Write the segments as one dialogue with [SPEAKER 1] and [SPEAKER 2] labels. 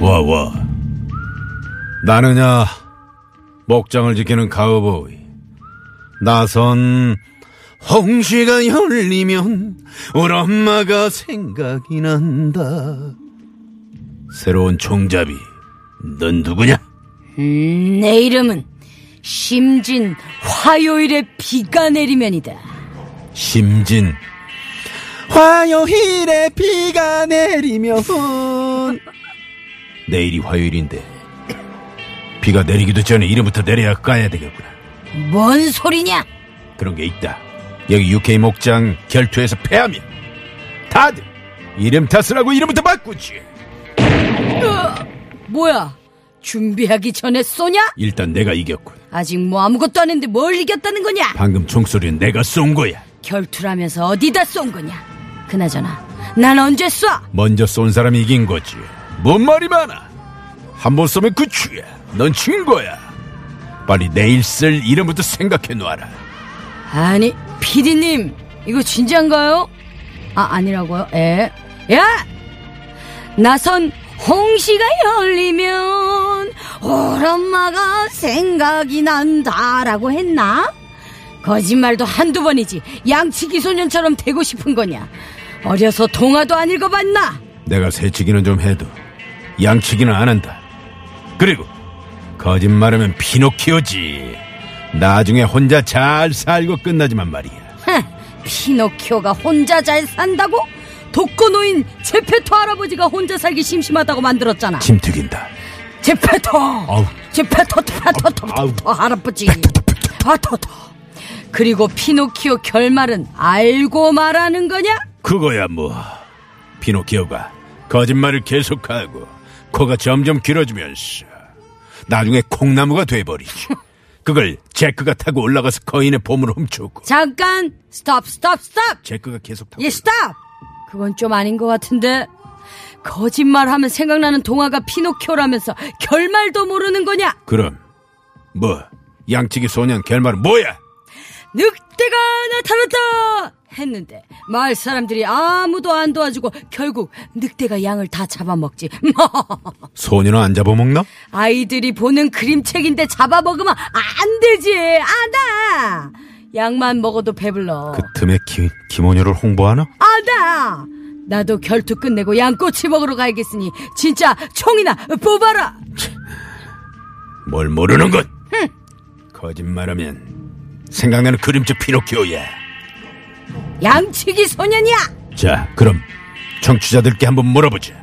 [SPEAKER 1] 와, 와. 나느냐, 목장을 지키는 가오보이. 나선, 홍시가 열리면, 우리 엄마가 생각이 난다. 새로운 총잡이, 넌 누구냐?
[SPEAKER 2] 내 이름은 심진 화요일에 비가 내리면이다.
[SPEAKER 1] 심진. 화요일에 비가 내리면, 내일이 화요일인데, 비가 내리기도 전에 이름부터 내려야 까야 되겠구나.
[SPEAKER 2] 뭔 소리냐?
[SPEAKER 1] 그런 게 있다. 여기 UK 목장 결투에서 패하면 다들 이름 탓을 하고 이름부터 바꾸지.
[SPEAKER 2] 뭐야? 준비하기 전에 쏘냐?
[SPEAKER 1] 일단 내가 이겼군.
[SPEAKER 2] 아직 뭐 아무것도 안 했는데 뭘 이겼다는 거냐?
[SPEAKER 1] 방금 총소리는 내가 쏜 거야.
[SPEAKER 2] 결투라면서 어디다 쏜 거냐? 그나저나 난 언제 쏴?
[SPEAKER 1] 먼저 쏜 사람이 이긴 거지. 뭔 말이 많아. 한 번 쏘면 끝이야. 넌 진 거야. 빨리 내일 쓸 이름부터 생각해 놓아라.
[SPEAKER 2] 아니 피디님 이거 진짠가요? 아 아니라고요? 에? 야! 나선 홍시가 열리면 오란마가 생각이 난다라고 했나? 거짓말도 한두 번이지 양치기 소년처럼 되고 싶은 거냐 어려서 동화도 안 읽어봤나?
[SPEAKER 1] 내가 새치기는 좀 해도 양치기는 안 한다. 그리고 거짓말하면 피노키오지. 나중에 혼자 잘 살고 끝나지만 말이야.
[SPEAKER 2] 흥, 피노키오가 혼자 잘 산다고? 독거노인 제페토 할아버지가 혼자 살기 심심하다고 만들었잖아
[SPEAKER 1] 침 튀긴다.
[SPEAKER 2] 제페토
[SPEAKER 1] 아우.
[SPEAKER 2] 제페토 토토
[SPEAKER 1] 아우.
[SPEAKER 2] 토토 할아버지 아 토토 그리고 피노키오 결말은 알고 말하는 거냐?
[SPEAKER 1] 그거야 뭐. 피노키오가 거짓말을 계속하고 코가 점점 길어지면서 나중에 콩나무가 돼버리지. 그걸 제크가 타고 올라가서 거인의 보물을 훔쳐오고
[SPEAKER 2] 잠깐 스톱 스톱 스톱
[SPEAKER 1] 제크가 계속 타고
[SPEAKER 2] 예 스톱 그건 좀 아닌 것 같은데 거짓말하면 생각나는 동화가 피노키오라면서 결말도 모르는 거냐?
[SPEAKER 1] 그럼 뭐 양치기 소년 결말은 뭐야?
[SPEAKER 2] 늑대가 나타났다 했는데 마을 사람들이 아무도 안 도와주고 결국 늑대가 양을 다 잡아먹지
[SPEAKER 1] 소년은 안 잡아먹나?
[SPEAKER 2] 아이들이 보는 그림책인데 잡아먹으면 안 되지 아다 양만 먹어도 배불러
[SPEAKER 1] 그 틈에 기, 김원효를 홍보하나?
[SPEAKER 2] 아다 나도 결투 끝내고 양꼬치 먹으러 가야겠으니 진짜 총이나 뽑아라
[SPEAKER 1] 뭘 모르는 것! 거짓말하면 생각나는 그림자 피노키오야.
[SPEAKER 2] 양치기 소년이야
[SPEAKER 1] 자, 그럼 청취자들께 한번 물어보자.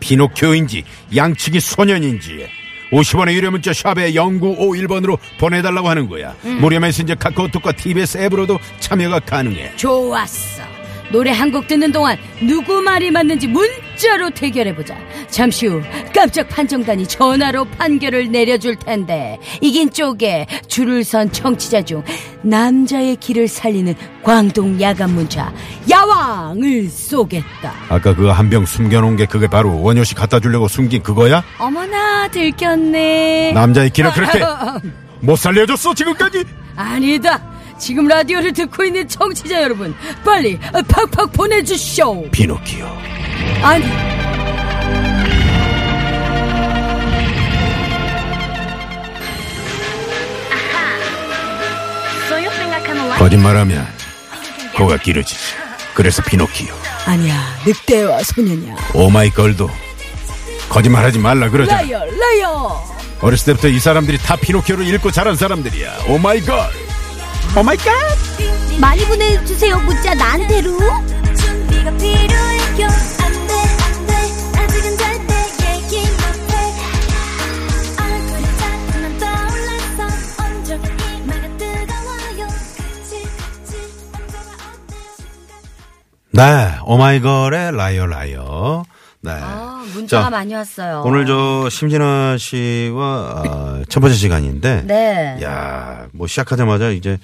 [SPEAKER 1] 피노키오인지 양치기 소년인지 50원의 유료 문자 샵에 0951번으로 보내달라고 하는 거야. 무료 메신저 카카오톡과 TBS 앱으로도 참여가 가능해.
[SPEAKER 2] 좋았어 노래 한 곡 듣는 동안 누구 말이 맞는지 문자로 대결해보자 잠시 후 깜짝 판정단이 전화로 판결을 내려줄 텐데 이긴 쪽에 줄을 선 청취자 중 남자의 길을 살리는 광동 야간 문자 야왕을 쏘겠다
[SPEAKER 1] 아까 그거 한 병 숨겨놓은 게 그게 바로 원효씨 갖다 주려고 숨긴 그거야?
[SPEAKER 2] 어머나 들켰네 아,
[SPEAKER 1] 남자의 길을 그렇게 못 살려줬어 지금까지?
[SPEAKER 2] 아니다 지금 라디오를 듣고 있는 청취자 여러분 빨리 팍팍 보내주시오
[SPEAKER 1] 피노키오.
[SPEAKER 2] 아니
[SPEAKER 1] 거짓말하면 코가 길어지지. 그래서 피노키오.
[SPEAKER 2] 아니야 늑대와 소년이야
[SPEAKER 1] 오마이걸도 거짓말하지 말라 그러잖아.
[SPEAKER 2] 라이어 라이어
[SPEAKER 1] 어렸을 때부터 이 사람들이 다 피노키오를 읽고 자란 사람들이야. Oh 오마이걸. 오마이갓.
[SPEAKER 3] 많이 보내주세요 문자 나한테로 준비가 필요해 안돼 안돼 아직은 절대 얘기 못해
[SPEAKER 1] 네, 오마이걸의 라이어 라이어. 네.
[SPEAKER 4] 아, 문자가
[SPEAKER 1] 자,
[SPEAKER 4] 많이 왔어요.
[SPEAKER 1] 오늘 저 심진아 씨와 아, 첫 번째 시간인데,
[SPEAKER 4] 네.
[SPEAKER 1] 야, 뭐 시작하자마자 이제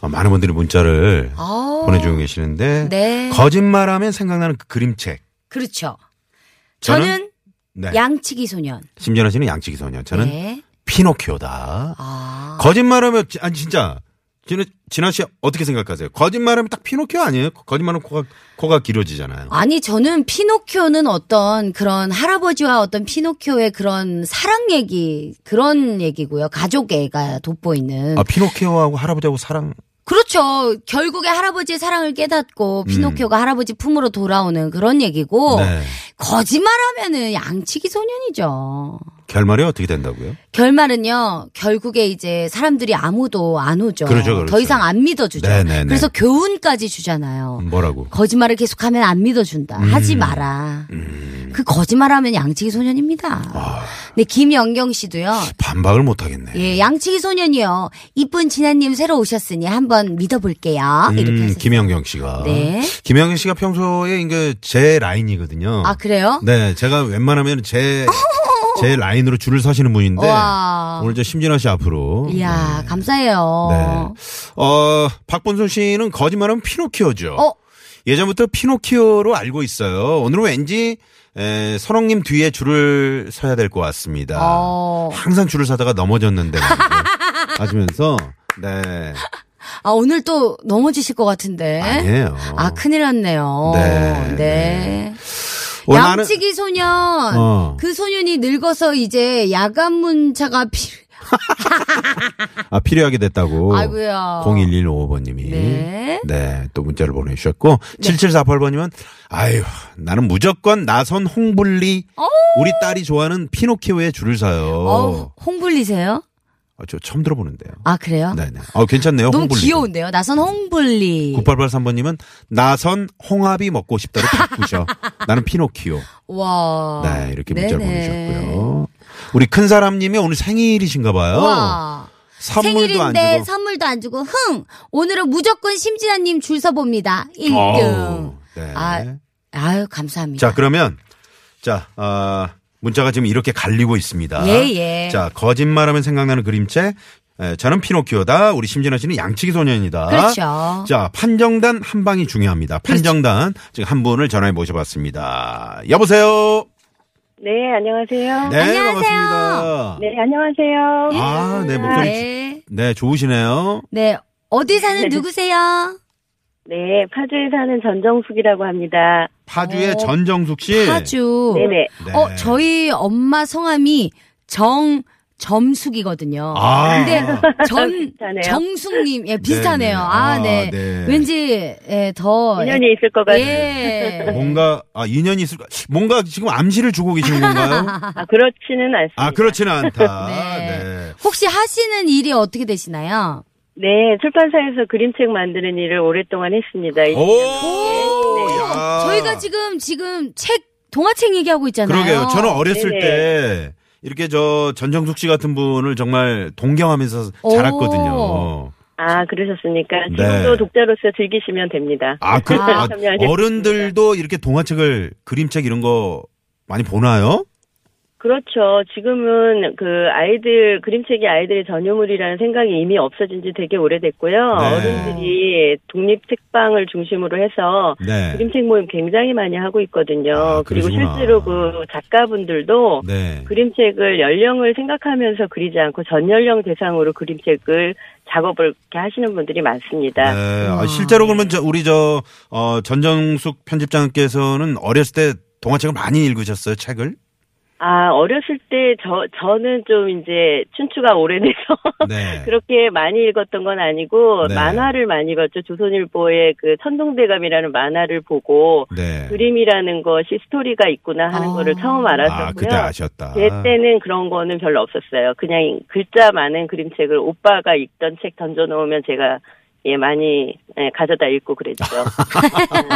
[SPEAKER 1] 아, 많은 분들이 문자를
[SPEAKER 2] 어.
[SPEAKER 4] 아우.
[SPEAKER 1] 보내주고 계시는데,
[SPEAKER 4] 네.
[SPEAKER 1] 거짓말하면 생각나는 그 그림책.
[SPEAKER 4] 그렇죠.
[SPEAKER 1] 저는?
[SPEAKER 4] 저는
[SPEAKER 1] 네.
[SPEAKER 4] 양치기 소년.
[SPEAKER 1] 심진아 씨는 양치기 소년, 저는
[SPEAKER 4] 네.
[SPEAKER 1] 피노키오다.
[SPEAKER 4] 아.
[SPEAKER 1] 거짓말하면 지- 아니 진짜 진아 진아 씨 어떻게 생각하세요? 거짓말하면 딱 피노키오 아니에요? 거짓말하면 코가 코가 길어지잖아요.
[SPEAKER 4] 아니 저는 피노키오는 어떤 그런 할아버지와 어떤 피노키오의 그런 사랑 얘기 그런 얘기고요. 가족 애가 돋보이는.
[SPEAKER 1] 아 피노키오하고 할아버지하고 사랑
[SPEAKER 4] 그렇죠. 결국에 할아버지의 사랑을 깨닫고 피노키오가 할아버지 품으로 돌아오는 그런 얘기고
[SPEAKER 1] 음. 네.
[SPEAKER 4] 거짓말하면은 양치기 소년이죠.
[SPEAKER 1] 결말이 어떻게 된다고요?
[SPEAKER 4] 결말은요 결국에 이제 사람들이 아무도 안 오죠.
[SPEAKER 1] 그렇죠, 그렇죠.
[SPEAKER 4] 더 이상 안 믿어주죠.
[SPEAKER 1] 네, 네, 네.
[SPEAKER 4] 그래서 교훈까지 주잖아요.
[SPEAKER 1] 뭐라고?
[SPEAKER 4] 거짓말을 계속하면 안 믿어준다.
[SPEAKER 1] 음.
[SPEAKER 4] 하지 마라. 그 거짓말하면 양치기 소년입니다.
[SPEAKER 1] 아.
[SPEAKER 4] 근데 김연경 씨도요.
[SPEAKER 1] 반박을 못 하겠네.
[SPEAKER 4] 예, 양치기 소년이요. 이쁜 진아님 새로 오셨으니 한번 믿어볼게요. 이렇게
[SPEAKER 1] 음,
[SPEAKER 4] 하셨어요.
[SPEAKER 1] 김영경 씨가
[SPEAKER 4] 네.
[SPEAKER 1] 김영경 씨가 평소에 이게 제 라인이거든요.
[SPEAKER 4] 아 그래요?
[SPEAKER 1] 네, 제가 웬만하면 제, 제 라인으로 줄을 서시는 분인데,
[SPEAKER 4] 와.
[SPEAKER 1] 오늘 저 심진아 씨 앞으로.
[SPEAKER 4] 이야
[SPEAKER 1] 네.
[SPEAKER 4] 감사해요.
[SPEAKER 1] 네. 어, 박본순 씨는 거짓말하면 피노키오죠.
[SPEAKER 4] 어?
[SPEAKER 1] 예전부터 피노키오로 알고 있어요. 오늘은 왠지 에, 선홍님 뒤에 줄을 서야 될 것 같습니다.
[SPEAKER 4] 어.
[SPEAKER 1] 항상 줄을 서다가 넘어졌는데 말이죠. 하시면서 네
[SPEAKER 4] 아 오늘 또 넘어지실 것 같은데.
[SPEAKER 1] 아니에요. 예.
[SPEAKER 4] 아, 큰일 났네요.
[SPEAKER 1] 네,
[SPEAKER 4] 네.
[SPEAKER 1] 어, 나는-
[SPEAKER 4] 양치기 소년.
[SPEAKER 1] 어.
[SPEAKER 4] 그 소년이 늙어서 이제 야간 문차가 필요.
[SPEAKER 1] 아, 필요하게 됐다고.
[SPEAKER 4] 아이고야.
[SPEAKER 1] 01155번님이.
[SPEAKER 4] 네.
[SPEAKER 1] 또 문자를 보내주셨고. 7748번님은, 아유, 나는 무조건 나선 홍불리. 우리 딸이 좋아하는 피노키오의 줄을
[SPEAKER 4] 어,
[SPEAKER 1] 서요.
[SPEAKER 4] 홍불리세요?
[SPEAKER 1] 아, 저 처음 들어보는데요.
[SPEAKER 4] 아, 그래요?
[SPEAKER 1] 네네. 아, 괜찮네요.
[SPEAKER 4] 너무
[SPEAKER 1] 홍불리.
[SPEAKER 4] 귀여운데요. 나선 홍불리.
[SPEAKER 1] 9883번님은, 나선 홍합이 먹고 싶다로 바꾸셔. 나는 피노키오.
[SPEAKER 4] 와.
[SPEAKER 1] 네, 이렇게 문자를
[SPEAKER 4] 어. 네네.
[SPEAKER 1] 보내주셨고요. 우리 큰 사람님이 오늘 생일이신가 봐요.
[SPEAKER 4] 와.
[SPEAKER 1] 어, 선물도 안
[SPEAKER 4] 생일인데
[SPEAKER 1] 주고.
[SPEAKER 4] 선물도 안 주고 흥 오늘은 무조건 심진아님 줄 서봅니다 1등
[SPEAKER 1] 어우, 네.
[SPEAKER 4] 아, 아유 감사합니다
[SPEAKER 1] 자, 그러면 자, 아, 문자가 지금 이렇게 갈리고 있습니다.
[SPEAKER 4] 예, 예.
[SPEAKER 1] 자, 거짓말하면 생각나는 그림책. 에, 저는 피노키오다. 우리 심진아 씨는 양치기 소년이다.
[SPEAKER 4] 그렇죠.
[SPEAKER 1] 자, 판정단 한 방이 중요합니다. 판정단 지금 한 분을 전화해 모셔봤습니다. 여보세요.
[SPEAKER 5] 네, 안녕하세요.
[SPEAKER 1] 네,
[SPEAKER 4] 안녕하세요.
[SPEAKER 1] 반갑습니다.
[SPEAKER 5] 네, 안녕하세요.
[SPEAKER 1] 아, 네, 목소리
[SPEAKER 4] 네.
[SPEAKER 1] 네, 좋으시네요.
[SPEAKER 4] 네. 어디 사는 누구세요?
[SPEAKER 5] 네, 파주에 사는 전정숙이라고 합니다.
[SPEAKER 1] 파주의
[SPEAKER 4] 오,
[SPEAKER 1] 전정숙 씨.
[SPEAKER 4] 어, 파주.
[SPEAKER 5] 네네.
[SPEAKER 1] 네.
[SPEAKER 4] 어, 저희 엄마 성함이 정 점숙이거든요.
[SPEAKER 1] 아.
[SPEAKER 4] 근데 네, 전
[SPEAKER 5] 비슷하네요.
[SPEAKER 4] 정숙님 예 비슷하네요. 아,
[SPEAKER 1] 네네. 아,
[SPEAKER 4] 네.
[SPEAKER 1] 네.
[SPEAKER 4] 왠지 예, 더
[SPEAKER 5] 인연이 있을 것 같아요.
[SPEAKER 4] 예.
[SPEAKER 1] 뭔가 아 인연이 있을까? 뭔가 지금 암시를 주고 계신 건가요?
[SPEAKER 5] 아, 그렇지는 않습니다.
[SPEAKER 1] 아, 그렇지는 않다.
[SPEAKER 4] 네.
[SPEAKER 1] 네.
[SPEAKER 4] 혹시 하시는 일이 어떻게 되시나요?
[SPEAKER 5] 네, 출판사에서 그림책 만드는 일을 오랫동안 했습니다.
[SPEAKER 1] 어? 오,
[SPEAKER 5] 네.
[SPEAKER 1] 네. 야.
[SPEAKER 4] 저희가 지금 지금 책 동화책 얘기하고 있잖아요.
[SPEAKER 1] 그러게요. 저는 어렸을
[SPEAKER 5] 네네.
[SPEAKER 1] 때 이렇게 저 전정숙 씨 같은 분을 정말 동경하면서
[SPEAKER 4] 오.
[SPEAKER 1] 자랐거든요.
[SPEAKER 5] 아, 그러셨습니까?
[SPEAKER 1] 네.
[SPEAKER 5] 지금도 독자로서 즐기시면 됩니다.
[SPEAKER 1] 아, 그
[SPEAKER 4] 아,
[SPEAKER 1] 아,
[SPEAKER 5] 참여하겠습니다.
[SPEAKER 1] 어른들도 이렇게 동화책을 그림책 이런 거 많이 보나요?
[SPEAKER 5] 그렇죠. 지금은 그 아이들, 그림책이 아이들의 전유물이라는 생각이 이미 없어진 지 되게 오래됐고요.
[SPEAKER 1] 네.
[SPEAKER 5] 어른들이 독립책방을 중심으로 해서
[SPEAKER 1] 네.
[SPEAKER 5] 그림책 모임 굉장히 많이 하고 있거든요.
[SPEAKER 1] 아,
[SPEAKER 5] 그리고
[SPEAKER 1] 그러시구나.
[SPEAKER 5] 실제로 그 작가분들도
[SPEAKER 1] 네.
[SPEAKER 5] 그림책을 연령을 생각하면서 그리지 않고 전 연령 대상으로 그림책을 작업을 이렇게 하시는 분들이 많습니다.
[SPEAKER 1] 네. 아, 실제로 그러면 저 우리 저 어, 전정숙 편집장께서는 어렸을 때 동화책을 많이 읽으셨어요, 책을?
[SPEAKER 5] 아 어렸을 때 저 저는 좀 이제 춘추가 오래돼서
[SPEAKER 1] 네.
[SPEAKER 5] 그렇게 많이 읽었던 건 아니고
[SPEAKER 1] 네.
[SPEAKER 5] 만화를 많이 읽었죠. 조선일보의 그 천둥대감이라는 만화를 보고
[SPEAKER 1] 네.
[SPEAKER 5] 그림이라는 것이 스토리가 있구나 하는
[SPEAKER 4] 아.
[SPEAKER 5] 거를 처음
[SPEAKER 1] 아,
[SPEAKER 5] 알았었고요.
[SPEAKER 1] 그때 아셨다.
[SPEAKER 5] 제 때는 그런 거는 별로 없었어요. 그냥 글자 많은 그림책을 오빠가 읽던 책 던져놓으면 제가 예 많이 예, 가져다 읽고 그랬죠.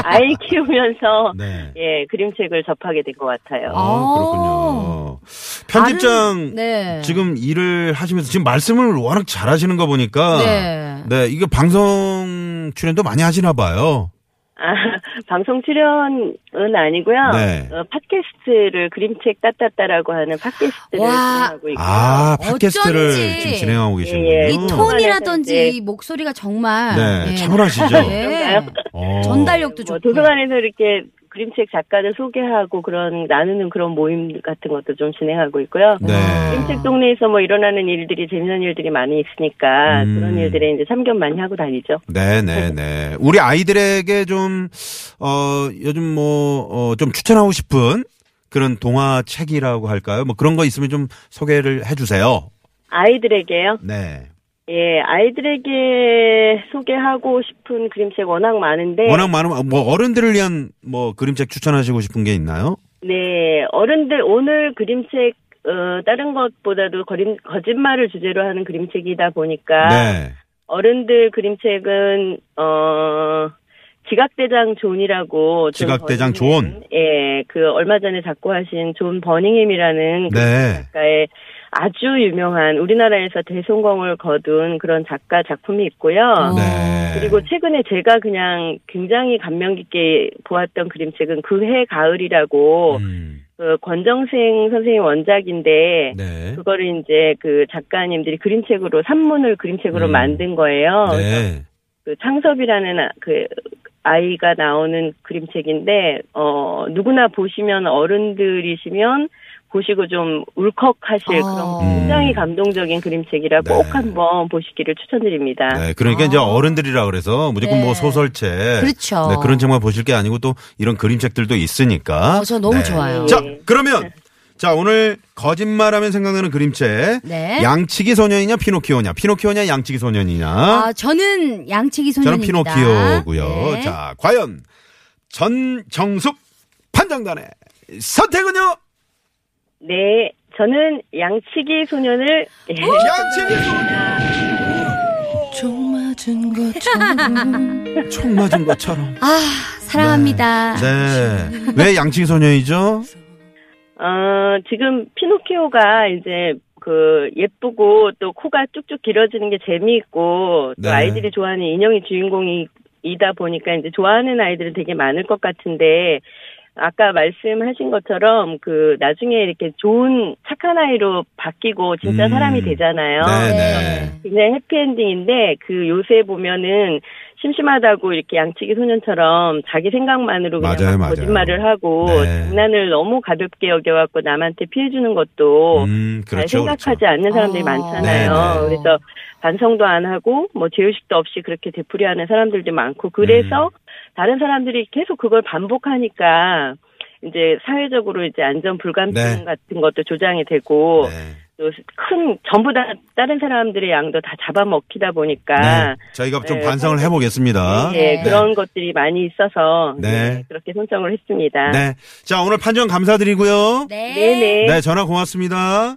[SPEAKER 5] 아이 키우면서
[SPEAKER 1] 네.
[SPEAKER 5] 예 그림책을 접하게 된 것 같아요.
[SPEAKER 1] 아, 어, 그렇군요.
[SPEAKER 2] 아.
[SPEAKER 1] 편집장
[SPEAKER 4] 다른- 네.
[SPEAKER 1] 지금 일을 하시면서 지금 말씀을 워낙 잘하시는 거 보니까
[SPEAKER 4] 네.
[SPEAKER 1] 네, 이게 방송 출연도 많이 하시나 봐요.
[SPEAKER 5] 아, 방송 출연은 아니고요.
[SPEAKER 1] 네.
[SPEAKER 5] 어, 팟캐스트를 그림책 따따따라고 하는 팟캐스트를
[SPEAKER 2] 와.
[SPEAKER 5] 진행하고 있고.
[SPEAKER 1] 아, 팟캐스트를
[SPEAKER 2] 어쩐지.
[SPEAKER 1] 지금 진행하고
[SPEAKER 5] 예, 예.
[SPEAKER 1] 계시는군요.
[SPEAKER 2] 이
[SPEAKER 5] 네.
[SPEAKER 2] 톤이라든지 목소리가 정말
[SPEAKER 1] 네,
[SPEAKER 2] 예,
[SPEAKER 1] 탁월하시죠?
[SPEAKER 2] 예.
[SPEAKER 1] 어.
[SPEAKER 2] 전달력도
[SPEAKER 5] 뭐
[SPEAKER 2] 좋고
[SPEAKER 5] 도서관에서 이렇게 그림책 작가를 소개하고 그런 나누는 그런 모임 같은 것도 좀 진행하고 있고요.
[SPEAKER 2] 아.
[SPEAKER 1] 네.
[SPEAKER 5] 그림책 동네에서 뭐 일어나는 일들이 재미난 일들이 많이 있으니까
[SPEAKER 1] 음.
[SPEAKER 5] 그런 일들에 이제 참견 많이 하고 다니죠.
[SPEAKER 1] 네, 네, 네. 우리 아이들에게 좀, 어, 요즘 뭐, 어, 좀 추천하고 싶은 그런 동화책이라고 할까요? 뭐 그런 거 있으면 좀 소개를 해 주세요.
[SPEAKER 5] 아이들에게요.
[SPEAKER 1] 네.
[SPEAKER 5] 예, 아이들에게 소개하고 싶은 그림책 워낙 많은데
[SPEAKER 1] 워낙 많은, 뭐 어른들을 위한 뭐 그림책 추천하시고 싶은 게 있나요?
[SPEAKER 5] 네, 어른들 오늘 그림책 어, 다른 것보다도 거림, 거짓말을 주제로 하는 그림책이다 보니까
[SPEAKER 1] 네.
[SPEAKER 5] 어른들 그림책은 어 지각대장 존이라고 존
[SPEAKER 1] 지각대장
[SPEAKER 5] 버닝햄.
[SPEAKER 1] 존.
[SPEAKER 5] 예, 그 얼마 전에 작고하신 존 버닝햄이라는 그
[SPEAKER 1] 네.
[SPEAKER 5] 작가의 아주 유명한 우리나라에서 대성공을 거둔 그런 작가 작품이 있고요.
[SPEAKER 1] 네.
[SPEAKER 5] 어, 그리고 최근에 제가 그냥 굉장히 감명 깊게 보았던 그림책은 그해 가을이라고
[SPEAKER 1] 음,
[SPEAKER 5] 그 권정생 선생님 원작인데
[SPEAKER 1] 네.
[SPEAKER 5] 그거를 이제 그 작가님들이 그림책으로 산문을 그림책으로
[SPEAKER 1] 음.
[SPEAKER 5] 만든 거예요.
[SPEAKER 1] 네.
[SPEAKER 5] 그 창섭이라는 아- 그 아이가 나오는 그림책인데 어 누구나 보시면 어른들이시면 보시고 좀 울컥하실
[SPEAKER 2] 어.
[SPEAKER 5] 그런 굉장히
[SPEAKER 1] 음.
[SPEAKER 5] 감동적인 그림책이라
[SPEAKER 1] 네.
[SPEAKER 5] 꼭 한번 보시기를 추천드립니다.
[SPEAKER 1] 네, 그러니까 이제 어른들이라 그래서 무조건
[SPEAKER 2] 아. 네.
[SPEAKER 1] 뭐 소설책.
[SPEAKER 2] 그렇죠.
[SPEAKER 1] 네, 그런 책만 보실 게 아니고 또 이런 그림책들도 있으니까.
[SPEAKER 2] 어, 저 너무
[SPEAKER 1] 네.
[SPEAKER 2] 좋아요. 네.
[SPEAKER 1] 자, 그러면 자, 오늘 거짓말하면 생각나는 그림책.
[SPEAKER 2] 네.
[SPEAKER 1] 양치기 소년이냐 피노키오냐. 피노키오냐 양치기 소년이냐.
[SPEAKER 2] 아, 저는 양치기
[SPEAKER 1] 어? 저는
[SPEAKER 2] 소년입니다.
[SPEAKER 1] 피노키오고요.
[SPEAKER 2] 네.
[SPEAKER 1] 자, 과연 전정숙 판정단의 선택은요?
[SPEAKER 5] 네, 저는 양치기 소년을 예,
[SPEAKER 1] 양치기 소년.
[SPEAKER 6] 총 맞은 것처럼
[SPEAKER 1] 총 맞은 것처럼.
[SPEAKER 2] 아, 사랑합니다.
[SPEAKER 1] 네. 왜 양치기 소녀이죠?
[SPEAKER 5] 어, 지금 피노키오가 이제 그 예쁘고 또 코가 쭉쭉 길어지는 게 재미있고 또
[SPEAKER 1] 네.
[SPEAKER 5] 아이들이 좋아하는 인형이 주인공이다 보니까 이제 좋아하는 아이들은 되게 많을 것 같은데 아까 말씀하신 것처럼 그 나중에 이렇게 좋은 착한 아이로 바뀌고 진짜
[SPEAKER 1] 음.
[SPEAKER 5] 사람이 되잖아요.
[SPEAKER 1] 네, 네.
[SPEAKER 2] 네.
[SPEAKER 5] 굉장히 해피엔딩인데 그 요새 보면은 심심하다고 이렇게 양치기 소년처럼 자기 생각만으로 그냥
[SPEAKER 1] 맞아요,
[SPEAKER 5] 막
[SPEAKER 1] 맞아요.
[SPEAKER 5] 거짓말을 하고
[SPEAKER 1] 네.
[SPEAKER 5] 장난을 너무 가볍게 여겨갖고 남한테 피해주는 것도
[SPEAKER 1] 음,
[SPEAKER 5] 잘
[SPEAKER 1] 그렇죠.
[SPEAKER 5] 생각하지
[SPEAKER 1] 그렇죠.
[SPEAKER 5] 않는 사람들이
[SPEAKER 2] 아.
[SPEAKER 5] 많잖아요.
[SPEAKER 2] 네, 네.
[SPEAKER 5] 그래서 반성도 안 하고 뭐 죄의식도 없이 그렇게 되풀이하는 사람들도 많고 그래서
[SPEAKER 1] 음.
[SPEAKER 5] 다른 사람들이 계속 그걸 반복하니까 이제 사회적으로 이제 안전 불감증
[SPEAKER 1] 네.
[SPEAKER 5] 같은 것도 조장이 되고
[SPEAKER 1] 네.
[SPEAKER 5] 또 큰 전부 다 다른 사람들의 양도 다 잡아먹히다 보니까
[SPEAKER 1] 네. 저희가 좀
[SPEAKER 5] 네,
[SPEAKER 1] 반성을 해보겠습니다.
[SPEAKER 5] 예,
[SPEAKER 2] 네.
[SPEAKER 5] 그런 것들이 많이 있어서
[SPEAKER 1] 네.
[SPEAKER 5] 네, 그렇게 선정을 했습니다.
[SPEAKER 1] 네. 자, 오늘 판정 감사드리고요.
[SPEAKER 2] 네.
[SPEAKER 5] 네네. 네,
[SPEAKER 1] 네, 전화 고맙습니다.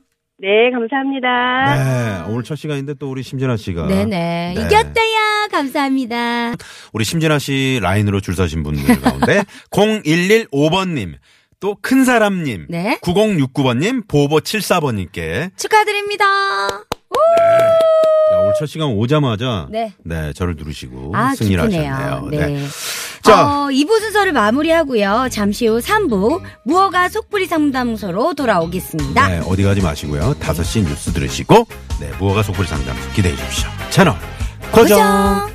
[SPEAKER 5] 감사합니다.
[SPEAKER 1] 네. 오늘 첫 시간인데 또 우리 심진아 씨가.
[SPEAKER 2] 네네.
[SPEAKER 1] 네.
[SPEAKER 2] 이겼다야. 감사합니다.
[SPEAKER 1] 우리 심진아 씨 라인으로 줄 서신 분들 가운데 0115번님, 또 큰 사람님,
[SPEAKER 2] 네.
[SPEAKER 1] 9069번님, 보보74번님께
[SPEAKER 2] 축하드립니다.
[SPEAKER 1] 네. 오늘 첫 시간 오자마자 네,
[SPEAKER 2] 네.
[SPEAKER 1] 저를 누르시고
[SPEAKER 2] 아,
[SPEAKER 1] 승리를
[SPEAKER 2] 기쁘네요.
[SPEAKER 1] 하셨네요.
[SPEAKER 2] 네.
[SPEAKER 1] 자,
[SPEAKER 2] 어, 2부 순서를 마무리하고요. 잠시 후 3부 무허가 속풀이 상담소로 돌아오겠습니다.
[SPEAKER 1] 네, 어디 가지 마시고요. 5시 뉴스 들으시고 네, 무허가 속풀이 상담소 기대해 주십시오. 채널 고정.
[SPEAKER 2] 고정.